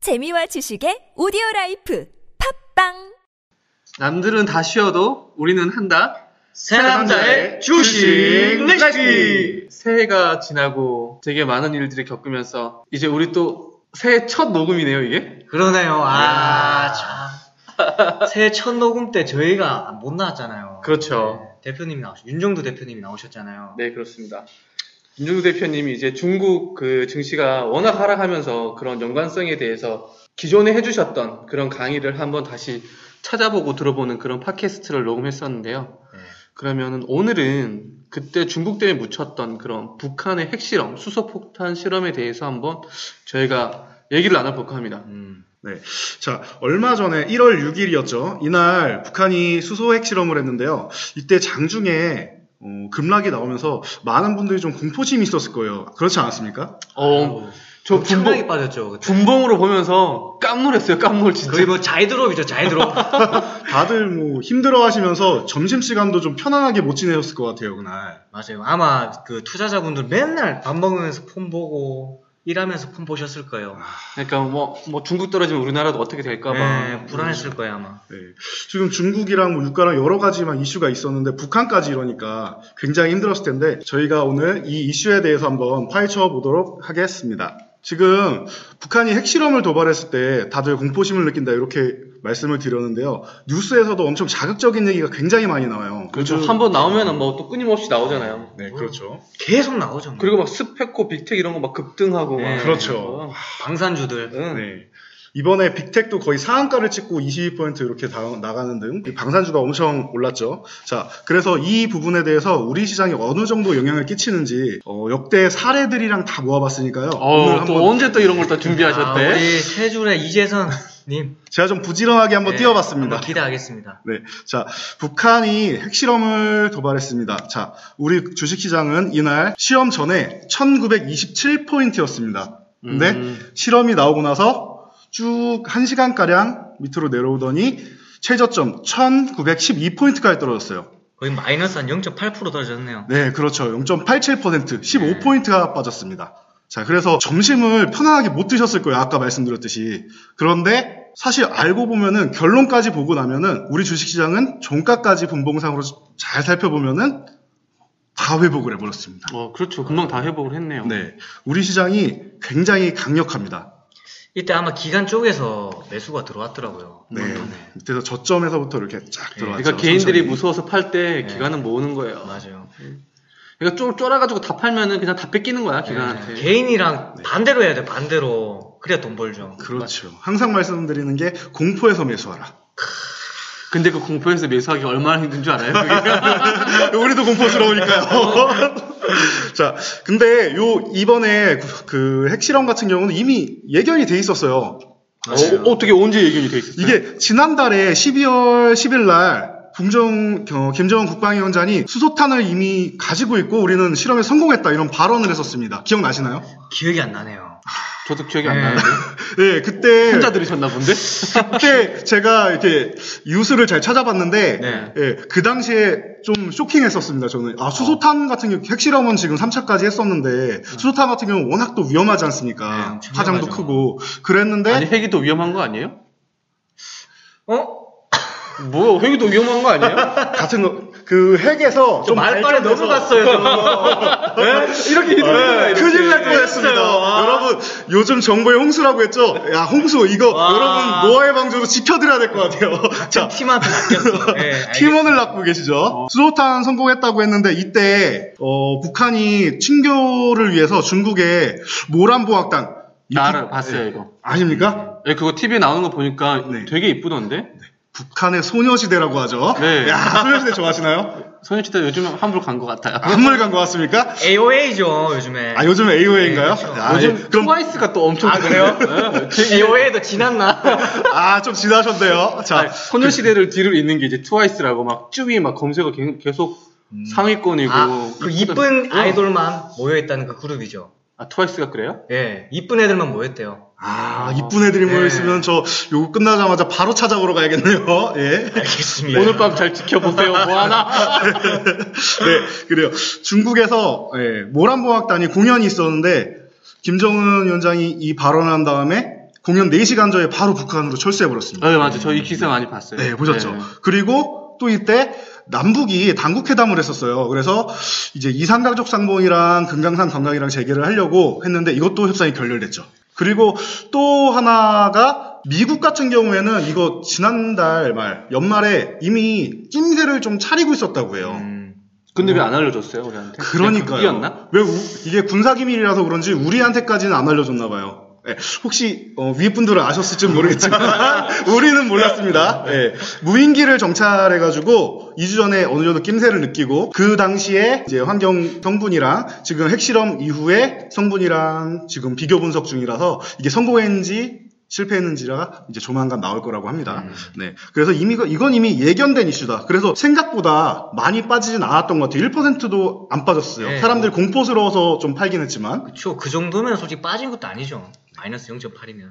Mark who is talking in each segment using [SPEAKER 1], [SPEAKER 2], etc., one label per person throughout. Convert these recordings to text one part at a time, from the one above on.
[SPEAKER 1] 재미와 지식의 오디오 라이프 팝빵
[SPEAKER 2] 남들은 다 쉬어도 우리는 한다.
[SPEAKER 3] 새 남자의 주식 레시피.
[SPEAKER 2] 새해가 지나고 되게 많은 일들을 겪으면서 이제 우리 또 새해 첫 녹음이네요, 이게?
[SPEAKER 3] 그러네요.
[SPEAKER 2] 야.
[SPEAKER 3] 아, 참. 새해 첫 녹음 때 저희가 못 나왔잖아요.
[SPEAKER 2] 그렇죠.
[SPEAKER 3] 네, 대표님이 나오셨, 윤종두 대표님이 나오셨잖아요.
[SPEAKER 2] 네, 그렇습니다. 김종국 대표님이 이제 중국 그 증시가 워낙 하락하면서 그런 연관성에 대해서 기존에 해주셨던 그런 강의를 한번 다시 찾아보고 들어보는 그런 팟캐스트를 녹음했었는데요.
[SPEAKER 3] 네.
[SPEAKER 2] 그러면 오늘은 그때 중국 때문에 묻혔던 그런 북한의 핵실험, 수소폭탄 실험에 대해서 한번 저희가 얘기를 나눠볼까 합니다.
[SPEAKER 3] 음,
[SPEAKER 4] 자, 얼마 전에 1월 6일이었죠. 이날 북한이 수소 핵실험을 했는데요. 이때 장중에 어, 급락이 나오면서 많은 분들이 좀 공포심이 있었을 거예요. 그렇지 않았습니까?
[SPEAKER 2] 어,
[SPEAKER 3] 아유, 뭐
[SPEAKER 2] 저
[SPEAKER 3] 분명히
[SPEAKER 2] 분봉,
[SPEAKER 3] 빠졌죠. 그때.
[SPEAKER 2] 분봉으로 보면서 깜놀했어요, 깜놀 진짜.
[SPEAKER 3] 거의 뭐 자이드롭이죠, 자이드롭.
[SPEAKER 4] 다들 뭐 힘들어하시면서 점심시간도 좀 편안하게 못 지내셨을 것 같아요, 그날.
[SPEAKER 3] 맞아요. 아마 그 투자자분들 맨날 밥 먹으면서 폰 보고 일하면서 폰 보셨을 거예요.
[SPEAKER 2] 그러니까 뭐, 뭐 중국 떨어지면 우리나라도 어떻게 될까봐.
[SPEAKER 3] 네, 불안했을 거예요, 아마.
[SPEAKER 4] 네. 지금 중국이랑 뭐 유가랑 여러 가지만 이슈가 있었는데 북한까지 이러니까 굉장히 힘들었을 텐데 저희가 오늘 이 이슈에 대해서 한번 파헤쳐 보도록 하겠습니다. 지금 북한이 핵실험을 도발했을 때 다들 공포심을 느낀다 이렇게 말씀을 드렸는데요. 뉴스에서도 엄청 자극적인 얘기가 굉장히 많이 나와요.
[SPEAKER 2] 그렇죠.
[SPEAKER 4] 요즘-
[SPEAKER 2] 한번 나오면 뭐 또 끊임없이 나오잖아요.
[SPEAKER 4] 네, 그렇죠.
[SPEAKER 3] 계속 나오죠. 뭐.
[SPEAKER 2] 그리고 막 스펙코, 빅텍 이런 거 막 급등하고. 막
[SPEAKER 3] 네,
[SPEAKER 4] 그렇죠.
[SPEAKER 3] 방산주들.
[SPEAKER 2] 응.
[SPEAKER 4] 네. 이번에 빅텍도 거의 상한가를 찍고 22% 이렇게 다- 나가는 등이 방산주가 엄청 올랐죠. 자, 그래서 이 부분에 대해서 우리 시장이 어느 정도 영향을 끼치는지 어, 역대 사례들이랑 다 모아봤으니까요. 오늘
[SPEAKER 2] 어,
[SPEAKER 4] 한번
[SPEAKER 2] 또 언제 또 이런 걸 다
[SPEAKER 3] 아,
[SPEAKER 2] 준비하셨대?
[SPEAKER 3] 우리 세줄의 이재선님.
[SPEAKER 4] 제가 좀 부지런하게 한번
[SPEAKER 3] 네,
[SPEAKER 4] 띄워봤습니다.
[SPEAKER 3] 한번 기대하겠습니다.
[SPEAKER 4] 네. 자, 북한이 핵실험을 도발했습니다. 자, 우리 주식시장은 이날 시험 전에 1927포인트였습니다. 근데
[SPEAKER 2] 음.
[SPEAKER 4] 실험이 나오고 나서 쭉 1시간가량 밑으로 내려오더니 최저점 1912포인트까지 떨어졌어요.
[SPEAKER 3] 거의 마이너스 한 0.8% 떨어졌네요.
[SPEAKER 4] 네, 그렇죠. 0.87%, 15포인트가 빠졌습니다. 자, 그래서 점심을 편안하게 못 드셨을 거예요. 아까 말씀드렸듯이. 그런데 사실 알고 보면은 결론까지 보고 나면은 우리 주식시장은 종가까지 분봉상으로 잘 살펴보면은 다 회복을 해버렸습니다.
[SPEAKER 2] 어, 그렇죠. 금방 다 회복을 했네요.
[SPEAKER 4] 네. 우리 시장이 굉장히 강력합니다.
[SPEAKER 3] 이때 아마 기간 쪽에서 매수가 들어왔더라고요.
[SPEAKER 4] 네.
[SPEAKER 3] 원판에.
[SPEAKER 4] 밑에서 저점에서부터 이렇게 쫙 들어왔죠. 예.
[SPEAKER 2] 그러니까 개인들이
[SPEAKER 4] 천천히.
[SPEAKER 2] 무서워서 팔 때
[SPEAKER 3] 네.
[SPEAKER 2] 기간은 모으는 거예요.
[SPEAKER 3] 맞아요.
[SPEAKER 2] 그러니까 쫄, 쫄아가지고 다 팔면은 그냥 다 뺏기는 거야, 기간한테.
[SPEAKER 3] 네,
[SPEAKER 4] 예.
[SPEAKER 3] 개인이랑 반대로 해야 돼, 반대로. 그래야 돈 벌죠.
[SPEAKER 4] 그렇죠. 항상 말씀드리는 게 공포에서 매수하라.
[SPEAKER 2] 근데 그 공포에서 매수하기 얼마나 힘든 줄 알아요? 그게?
[SPEAKER 4] 우리도 공포스러우니까요. 자, 근데 요 이번에 그- 그 핵실험 같은 경우는 이미 예견이 돼 있었어요.
[SPEAKER 2] 어, 어떻게 언제 예견이 돼 있었어요?
[SPEAKER 4] 이게 지난달에 12월 10일 날 북정 어, 김정은 국방위원장이 수소탄을 이미 가지고 있고 우리는 실험에 성공했다 이런 발언을 했었습니다. 기억나시나요?
[SPEAKER 3] 기억이 안 나네요.
[SPEAKER 2] 저도 기억이 안
[SPEAKER 4] 예.
[SPEAKER 3] 네.
[SPEAKER 2] 나는데.
[SPEAKER 4] 네, 그때
[SPEAKER 2] 혼자 들으셨나 본데?
[SPEAKER 4] 그때 제가 이렇게 뉴스를 잘 찾아봤는데
[SPEAKER 3] 네.
[SPEAKER 4] 예, 그 당시에 좀 쇼킹했었습니다. 저는 아 수소탄 같은 경우 핵실험은 지금 3차까지 했었는데 수소탄 같은 경우 는 워낙 또 위험하지
[SPEAKER 3] 네,
[SPEAKER 4] 않습니까?
[SPEAKER 3] 엄청
[SPEAKER 4] 파장도
[SPEAKER 3] 위험하죠.
[SPEAKER 4] 크고 그랬는데
[SPEAKER 2] 아니, 핵이 더 위험한 거 아니에요?
[SPEAKER 3] 어?
[SPEAKER 2] 뭐야, 핵이 더 위험한 거 아니에요?
[SPEAKER 4] 같은 거, 그 핵에서
[SPEAKER 3] 저
[SPEAKER 4] 좀
[SPEAKER 3] 말빨에 넘어갔어요, 저.
[SPEAKER 2] 이렇게
[SPEAKER 4] 네, 큰일 날 뻔했습니다.
[SPEAKER 3] 아.
[SPEAKER 4] 여러분 요즘 정보의 홍수라고 했죠? 야 홍수 이거
[SPEAKER 3] 와.
[SPEAKER 4] 여러분 모아의 방조로 지켜드려야 될 것 같아요. 자
[SPEAKER 3] 팀한테 맡겼어. 네,
[SPEAKER 4] 팀원을 낳고 계시죠. 수소탄 성공했다고 했는데 이때 어, 북한이 친교를 위해서 중국의 모란보학당 네.
[SPEAKER 2] 나 알아요. 봤어요, 이거.
[SPEAKER 4] 아십니까?
[SPEAKER 2] 예, 그거 TV에 나오는 거 보니까
[SPEAKER 4] 네.
[SPEAKER 2] 되게 이쁘던데?
[SPEAKER 4] 북한의 소녀시대라고 하죠.
[SPEAKER 2] 네.
[SPEAKER 4] 야, 소녀시대 좋아하시나요?
[SPEAKER 2] 소녀시대 요즘 함부로 간 것 같아요.
[SPEAKER 4] 한물 간것 같습니까?
[SPEAKER 3] AOA죠, 요즘에.
[SPEAKER 4] 아 요즘 AOA인가요?
[SPEAKER 3] 네, 그렇죠.
[SPEAKER 2] 요즘
[SPEAKER 4] 아, 예. 그럼
[SPEAKER 2] 트와이스가 또 엄청
[SPEAKER 4] 아, 그래요?
[SPEAKER 2] 뜨던데. 예, 되게
[SPEAKER 3] AOA도 지났나?
[SPEAKER 4] 아 좀 지나셨네요. 자
[SPEAKER 2] 아니, 그 소녀시대를 뒤를 잇는 게 이제 트와이스라고 막 쭈위 막 검색어 개- 계속 상위권이고
[SPEAKER 3] 아, 그 이쁜
[SPEAKER 2] 이쁘다.
[SPEAKER 3] 아이돌만 모여있다는 그 그룹이죠.
[SPEAKER 2] 아, 트와이스가 그래요?
[SPEAKER 3] 예, 이쁜 애들만 모였대요.
[SPEAKER 4] 아, 이쁜 애들이
[SPEAKER 3] 네.
[SPEAKER 4] 모여있으면 저 요거 끝나자마자 바로 찾아보러 가야겠네요. 예.
[SPEAKER 3] 알겠습니다.
[SPEAKER 2] 오늘 밤 잘 지켜보세요. 뭐 하나?
[SPEAKER 4] 네, 그래요. 중국에서 예, 모란보학단이 공연이 있었는데 김정은 위원장이 이 발언을 한 다음에 공연 4시간 전에 바로 북한으로 철수해버렸습니다.
[SPEAKER 2] 네, 맞아요. 저이 기사 많이 봤어요.
[SPEAKER 4] 네, 보셨죠.
[SPEAKER 2] 네.
[SPEAKER 4] 그리고 또 이때 남북이 당국회담을 했었어요. 그래서 이제 이산가족 상봉이랑 금강산 관광이랑 재개를 하려고 했는데 이것도 협상이 결렬됐죠. 그리고 또 하나가 미국 같은 경우에는 이거 지난달 말 연말에 이미 낌새를 좀 차리고 있었다고 해요.
[SPEAKER 2] 음. 근데 왜 안 알려줬어요, 우리한테? 네,
[SPEAKER 4] 그러니까요.
[SPEAKER 2] 이었나?
[SPEAKER 4] 왜 우- 이게 군사 기밀이라서 그런지 우리한테까지는 안 알려줬나 봐요. 예, 혹시 어, 위에 분들은 아셨을지 모르겠지만 우리는 몰랐습니다. 예, 무인기를 정찰해가지고 2주 전에 어느 정도 낌새를 느끼고 그 당시에 이제 환경 성분이랑 지금 핵실험 이후에 성분이랑 지금 비교 분석 중이라서 이게 성공했는지 실패했는지가 이제 조만간 나올 거라고 합니다. 네. 그래서 이미, 이건 이미 예견된 이슈다. 그래서 생각보다 많이 빠지진 않았던 것 같아요. 1%도 안 빠졌어요.
[SPEAKER 3] 네.
[SPEAKER 4] 사람들 공포스러워서 좀 팔긴 했지만.
[SPEAKER 3] 그쵸. 그 정도면 솔직히 빠진 것도 아니죠. 마이너스 0.8이면.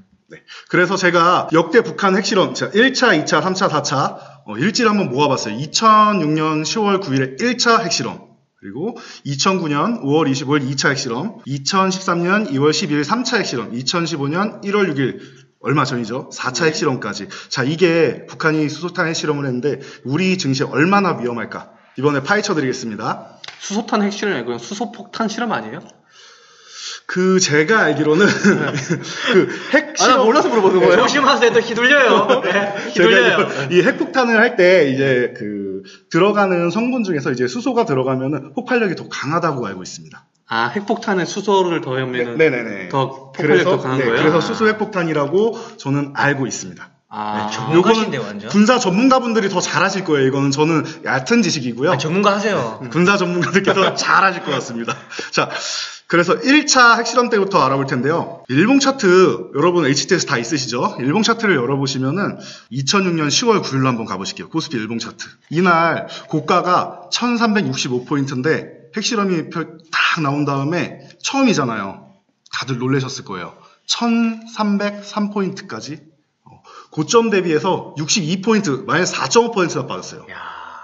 [SPEAKER 4] 그래서 제가 역대 북한 핵실험, 자, 1차, 2차, 3차, 4차, 어, 일지를 한번 모아봤어요. 2006년 10월 9일에 1차 핵실험. 그리고 2009년 5월 25일 2차 핵실험, 2013년 2월 12일 3차 핵실험, 2015년 1월 6일 얼마 전이죠. 4차 핵실험까지. 자, 이게 북한이 수소탄 핵실험을 했는데 우리 증시에 얼마나 위험할까? 이번에 파헤쳐 드리겠습니다.
[SPEAKER 2] 수소탄 핵실험 아니고요. 수소폭탄 실험 아니에요?
[SPEAKER 4] 그 제가 알기로는 그
[SPEAKER 2] 아, 나
[SPEAKER 4] 핵실험
[SPEAKER 2] 몰라서 물어보는 거예요.
[SPEAKER 3] 네, 조심하세요. 또 휘둘려요. 네, 휘둘려요.
[SPEAKER 4] 제가 이 핵폭탄을 할 때 이제 그 들어가는 성분 중에서 이제 수소가 들어가면은 폭발력이 더 강하다고 알고 있습니다.
[SPEAKER 2] 아, 핵폭탄에 수소를 더하면
[SPEAKER 4] 네, 네, 네.
[SPEAKER 2] 더 폭발력
[SPEAKER 4] 그래서
[SPEAKER 2] 더 강한
[SPEAKER 4] 네,
[SPEAKER 2] 거예요?
[SPEAKER 4] 그래서 수소 핵폭탄이라고 저는 알고 있습니다.
[SPEAKER 2] 아,
[SPEAKER 3] 네, 전문가신데 완전.
[SPEAKER 4] 군사 전문가분들이 더 잘하실 거예요. 이거는 저는 얕은 지식이고요.
[SPEAKER 3] 아, 전문가 하세요.
[SPEAKER 4] 어, 군사 전문가들께서 잘 하실 것 같습니다. 자, 그래서 1차 핵실험 때부터 알아볼 텐데요. 일봉 차트, 여러분 HTS 다 있으시죠? 일봉 차트를 열어보시면은 2006년 10월 9일로 한번 가보실게요. 코스피 일봉 차트. 이날 고가가 1365포인트인데 핵실험이 펼- 딱 나온 다음에 처음이잖아요. 다들 놀라셨을 거예요. 1303포인트까지. 어, 고점 대비해서 62포인트, 마이너스 4.5%나 빠졌어요.
[SPEAKER 3] 야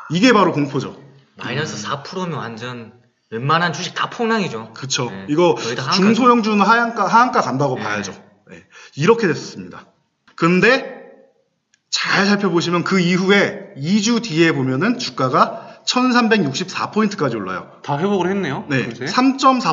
[SPEAKER 4] 이게 바로 공포죠.
[SPEAKER 3] 마이너스 4%면 완전 웬만한 주식 다 폭락이죠.
[SPEAKER 4] 그쵸.
[SPEAKER 3] 네,
[SPEAKER 4] 이거
[SPEAKER 3] 거의 다 하한가죠.
[SPEAKER 4] 중소형주는 하한가, 하한가 간다고
[SPEAKER 3] 네.
[SPEAKER 4] 봐야죠. 네. 이렇게 됐습니다. 근데 잘 살펴보시면 그 이후에 2주 뒤에 보면은 주가가 1364포인트까지 올라요.
[SPEAKER 2] 다 회복을 했네요.
[SPEAKER 3] 아,
[SPEAKER 4] 네.
[SPEAKER 2] 요새.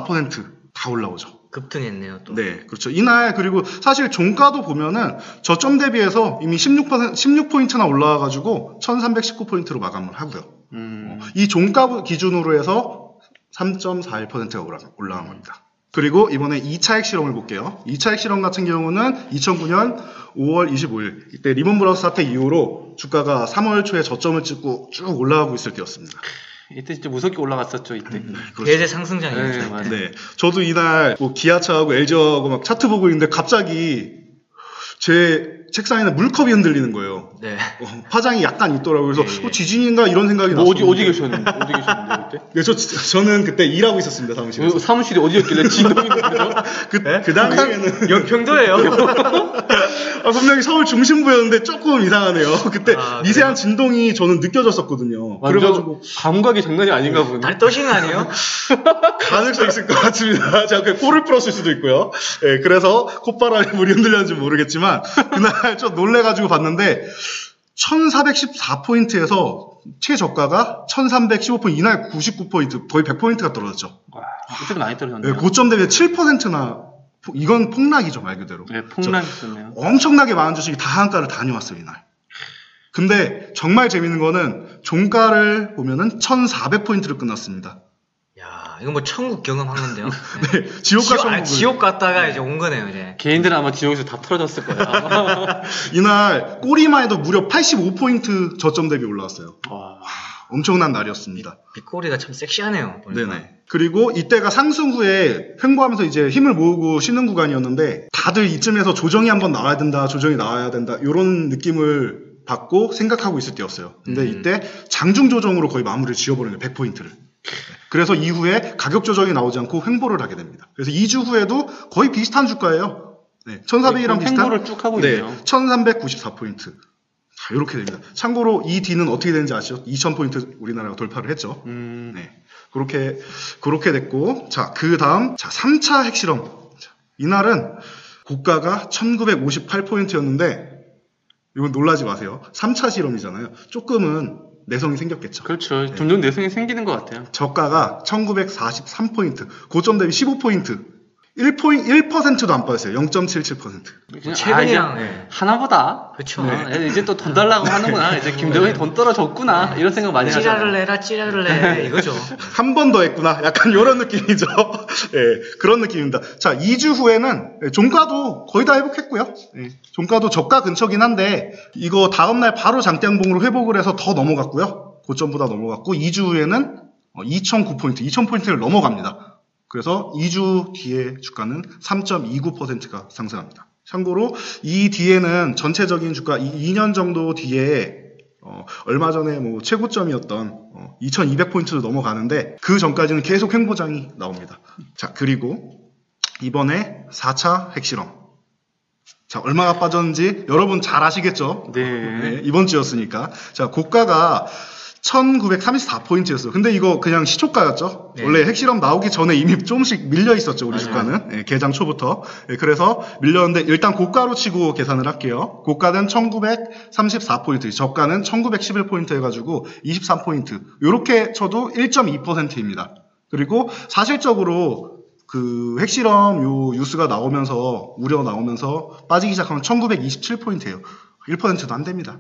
[SPEAKER 4] 3.4%다 올라오죠.
[SPEAKER 3] 급등했네요. 또.
[SPEAKER 4] 네. 그렇죠. 이날 그리고 사실 종가도 보면은 저점 대비해서 이미 16% 16포인트나 올라와 가지고 1319포인트로 마감을 하고요.
[SPEAKER 2] 음.
[SPEAKER 4] 이 종가 기준으로 해서 3.41%가 올라, 올라간 겁니다. 그리고 이번에 2차 핵실험을 볼게요. 2차 핵실험 같은 경우는 2009년 5월 25일 이때 리먼 브라더스 사태 이후로 주가가 3월 초에 저점을 찍고 쭉 올라가고 있을 때였습니다.
[SPEAKER 2] 이때 진짜 무섭게 올라갔었죠, 이때.
[SPEAKER 4] 그렇죠.
[SPEAKER 3] 대세 상승장이었죠.
[SPEAKER 2] 네, 맞아요.
[SPEAKER 4] 네, 저도 이날 뭐 기아차하고 LG하고 막 차트 보고 있는데 갑자기 제 책상에는 물컵이 흔들리는 거예요.
[SPEAKER 3] 네.
[SPEAKER 4] 어, 파장이 약간 있더라고요. 그래서
[SPEAKER 3] 예, 예.
[SPEAKER 4] 어, 지진인가 이런
[SPEAKER 2] 네.
[SPEAKER 4] 생각이
[SPEAKER 2] 뭐
[SPEAKER 4] 났어요.
[SPEAKER 2] 어디, 어디 계셨는데, 어디 계셨는데, 그때?
[SPEAKER 4] 네, 저, 진짜- 저는 그때 일하고 있었습니다, 사무실에서.
[SPEAKER 2] 그 사무실이 어디였길래 진동이 그죠?
[SPEAKER 4] 그, 그
[SPEAKER 2] 네?
[SPEAKER 4] 당시에는
[SPEAKER 3] 연평도예요.
[SPEAKER 4] 아, 분명히 서울 중심부였는데 조금 이상하네요. 그때
[SPEAKER 3] 아,
[SPEAKER 4] 미세한 진동이 저는 느껴졌었거든요. 그래가지고
[SPEAKER 3] 뭐
[SPEAKER 2] 완전 감각이 장난이 아닌가 보네.
[SPEAKER 3] 다리 떠신 거 아니에요?
[SPEAKER 4] 가능성 있을 것 같습니다. 제가 그 코를 풀었을 수도 있고요. 예, 그래서 콧바람에 물이 흔들렸는지 모르겠지만 그날 좀 놀래가지고 봤는데 1414포인트에서 최저가가 1315포인트, 이날 99포인트, 거의 100포인트가 떨어졌죠.
[SPEAKER 3] 아,
[SPEAKER 2] 와, 어쨌든 많이
[SPEAKER 4] 예,
[SPEAKER 2] 떨어졌네요.
[SPEAKER 4] 고점 대비 7%나 이건 폭락이죠, 말 그대로.
[SPEAKER 2] 네, 폭락했었네요.
[SPEAKER 4] 엄청나게 많은 주식이 다 한가를 다녀왔어요, 이날. 근데 정말 재밌는 거는 종가를 보면은 1,400포인트를 끝났습니다.
[SPEAKER 3] 야, 이거 뭐 천국 경험한 건데요. 네.
[SPEAKER 4] 네, 지옥과
[SPEAKER 3] 지옥, 아,
[SPEAKER 4] 천국을.
[SPEAKER 3] 지옥 갔다가 이제 온 거네요, 이제.
[SPEAKER 2] 개인들은 아마 지옥에서 다 털어졌을 거야.
[SPEAKER 4] 이날 꼬리만 해도 무려 85포인트 저점 대비 올라왔어요.
[SPEAKER 2] 와,
[SPEAKER 4] 엄청난 날이었습니다.
[SPEAKER 3] 빗꼬리가 참 섹시하네요. 보니까.
[SPEAKER 4] 네네. 그리고 이때가 상승 후에 횡보하면서 이제 힘을 모으고 쉬는 구간이었는데 다들 이쯤에서 조정이 한번 나와야 된다, 조정이 나와야 된다 이런 느낌을 받고 생각하고 있을 때였어요. 근데
[SPEAKER 3] 음.
[SPEAKER 4] 이때 장중 조정으로 거의 마무리를 지어버리는 100포인트를. 그래서 이후에 가격 조정이 나오지 않고 횡보를 하게 됩니다. 그래서 2주 후에도 거의 비슷한 주가예요. 네, 1400이랑 비슷한.
[SPEAKER 2] 횡보를 쭉 하고
[SPEAKER 4] 네,
[SPEAKER 2] 있네요.
[SPEAKER 4] 1394포인트. 자, 이렇게 됩니다. 참고로 이 D는 어떻게 되는지 아시죠? 2000포인트 우리나라가 돌파를 했죠.
[SPEAKER 2] 음,
[SPEAKER 4] 네. 그렇게, 그렇게 됐고, 자, 그 다음, 자, 3차 핵실험. 자, 이날은 고가가 1958포인트였는데 이건 놀라지 마세요. 3차 실험이잖아요. 조금은 내성이 생겼겠죠.
[SPEAKER 2] 그렇죠. 점점 내성이 생기는 것 같아요.
[SPEAKER 4] 저가가 1943포인트, 고점 대비 15포인트. 1포인, 1%도 안 빠졌어요. 0.77%.
[SPEAKER 2] 그냥, 아, 이제
[SPEAKER 3] 뭐 최근이랑 네.
[SPEAKER 2] 하나보다.
[SPEAKER 3] 그렇죠.
[SPEAKER 2] 네, 이제 또 돈 달라고 하는구나.
[SPEAKER 3] 네.
[SPEAKER 2] 이제 김정은이 돈 떨어졌구나. 이런 생각 많이
[SPEAKER 3] 찌라를
[SPEAKER 2] 하잖아요.
[SPEAKER 3] 내라 찌라를 내 이거죠.
[SPEAKER 4] 한 번 더 했구나. 약간 이런 느낌이죠. 예, 그런 느낌입니다. 자, 2주 후에는 예, 종가도 거의 다 회복했고요. 예, 종가도 저가 근처긴 한데 이거 다음 날 바로 장대양봉으로 회복을 해서 더 넘어갔고요. 고점보다 넘어갔고 2주 후에는 어, 2009포인트, 2000포인트를 넘어갑니다. 그래서 2주 뒤에 주가는 3.29%가 상승합니다. 참고로 이 뒤에는 전체적인 주가 2년 정도 뒤에 어, 얼마 전에 뭐 최고점이었던 2200포인트로 넘어가는데 그 전까지는 계속 횡보장이 나옵니다. 자, 그리고 이번에 4차 핵실험. 자, 얼마가 빠졌는지 여러분 잘 아시겠죠?
[SPEAKER 2] 네.
[SPEAKER 4] 네, 이번 주였으니까. 자, 고가가 1934포인트였어요. 근데 이거 그냥 시초가였죠?
[SPEAKER 3] 네.
[SPEAKER 4] 원래 핵실험 나오기 전에 이미 조금씩 밀려 있었죠, 우리
[SPEAKER 3] 맞아요.
[SPEAKER 4] 주가는. 예, 개장 초부터. 예, 그래서 밀렸는데 일단 고가로 치고 계산을 할게요. 고가는 1934포인트, 저가는 1911포인트 해가지고 23포인트. 요렇게 쳐도 1.2%입니다. 그리고 사실적으로 그 핵실험 요 뉴스가 나오면서 우려 나오면서 빠지기 시작하면 1927포인트예요. 1%도 안 됩니다.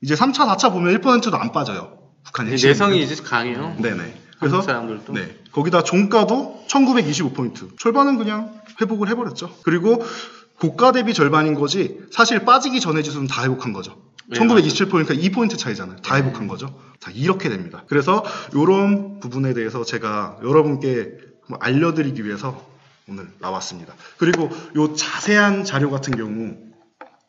[SPEAKER 4] 이제 3차, 4차 보면 1%도 안 빠져요. 북한 핵실험.
[SPEAKER 3] 네.
[SPEAKER 2] 내성이 이제 강해요.
[SPEAKER 4] 네네.
[SPEAKER 2] 한국
[SPEAKER 4] 그래서
[SPEAKER 2] 사람들도.
[SPEAKER 4] 네. 거기다 종가도 1925포인트. 절반은 그냥 회복을 해버렸죠. 그리고 고가 대비 절반인 거지 사실 빠지기 전에 지수는 다 회복한 거죠.
[SPEAKER 2] 네,
[SPEAKER 4] 1927포인트가 2포인트 차이잖아요. 다 회복한 거죠. 자, 이렇게 됩니다. 그래서 이런 부분에 대해서 제가 여러분께 한번 알려드리기 위해서 오늘 나왔습니다. 그리고 요 자세한 자료 같은 경우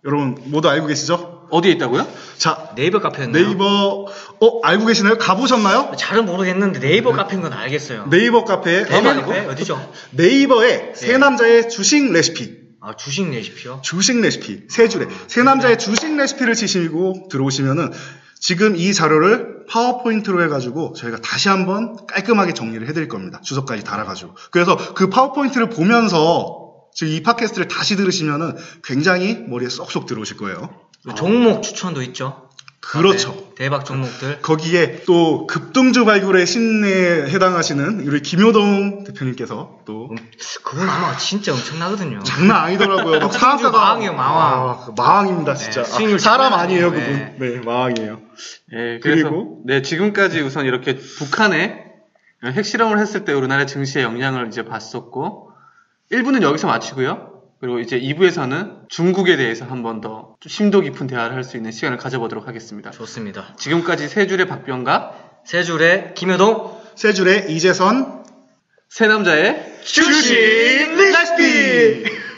[SPEAKER 4] 여러분 모두 알고 계시죠?
[SPEAKER 2] 어디에 있다고요?
[SPEAKER 4] 자,
[SPEAKER 3] 네이버 카페였나요?
[SPEAKER 4] 네이버 어 알고 계시나요? 가보셨나요?
[SPEAKER 3] 잘은 모르겠는데 네이버 카페인 건 알겠어요.
[SPEAKER 4] 네이버 카페에
[SPEAKER 3] 네이버
[SPEAKER 4] 아마
[SPEAKER 3] 카페 어디죠?
[SPEAKER 4] 네이버의 세 남자의 주식 레시피
[SPEAKER 3] 아 주식 레시피요?
[SPEAKER 4] 주식 레시피 세 줄에 세 남자의
[SPEAKER 3] 네.
[SPEAKER 4] 주식 레시피를 치시고 들어오시면은 지금 이 자료를 파워포인트로 해가지고 저희가 다시 한번 깔끔하게 정리를 해드릴 겁니다 주석까지 달아가지고 그래서 그 파워포인트를 보면서 지금 이 팟캐스트를 다시 들으시면은 굉장히 머리에 쏙쏙 들어오실 거예요
[SPEAKER 3] 종목 추천도 있죠.
[SPEAKER 4] 아. 그렇죠
[SPEAKER 3] 카페. 대박 종목들.
[SPEAKER 4] 거기에 또 급등주 발굴의 신에 해당하시는 우리 김효동 대표님께서 또
[SPEAKER 3] 음, 그건 아마 진짜 엄청나거든요.
[SPEAKER 4] 장난 아니더라고요. 막 사업가가
[SPEAKER 3] 마왕이에요, 마왕.
[SPEAKER 4] 아, 마왕입니다, 진짜.
[SPEAKER 3] 네, 수익률
[SPEAKER 4] 아, 사람
[SPEAKER 3] 장난 아니에요.
[SPEAKER 4] 아니에요, 그분. 네, 마왕이에요.
[SPEAKER 2] 네,
[SPEAKER 4] 그리고?
[SPEAKER 2] 그리고 네 지금까지 우선 이렇게 북한에 핵실험을 했을 때 우리나라 증시의 영향을 이제 봤었고 1부는 여기서 마치고요. 그리고 이제 2부에서는 중국에 대해서 한 번 더 심도 깊은 대화를 할 수 있는 시간을 가져보도록 하겠습니다.
[SPEAKER 3] 좋습니다.
[SPEAKER 2] 지금까지 세 줄의 박병과
[SPEAKER 3] 세 줄에 김효동
[SPEAKER 4] 세 줄에 이재선
[SPEAKER 2] 세 남자의
[SPEAKER 3] 주식
[SPEAKER 4] 레시피!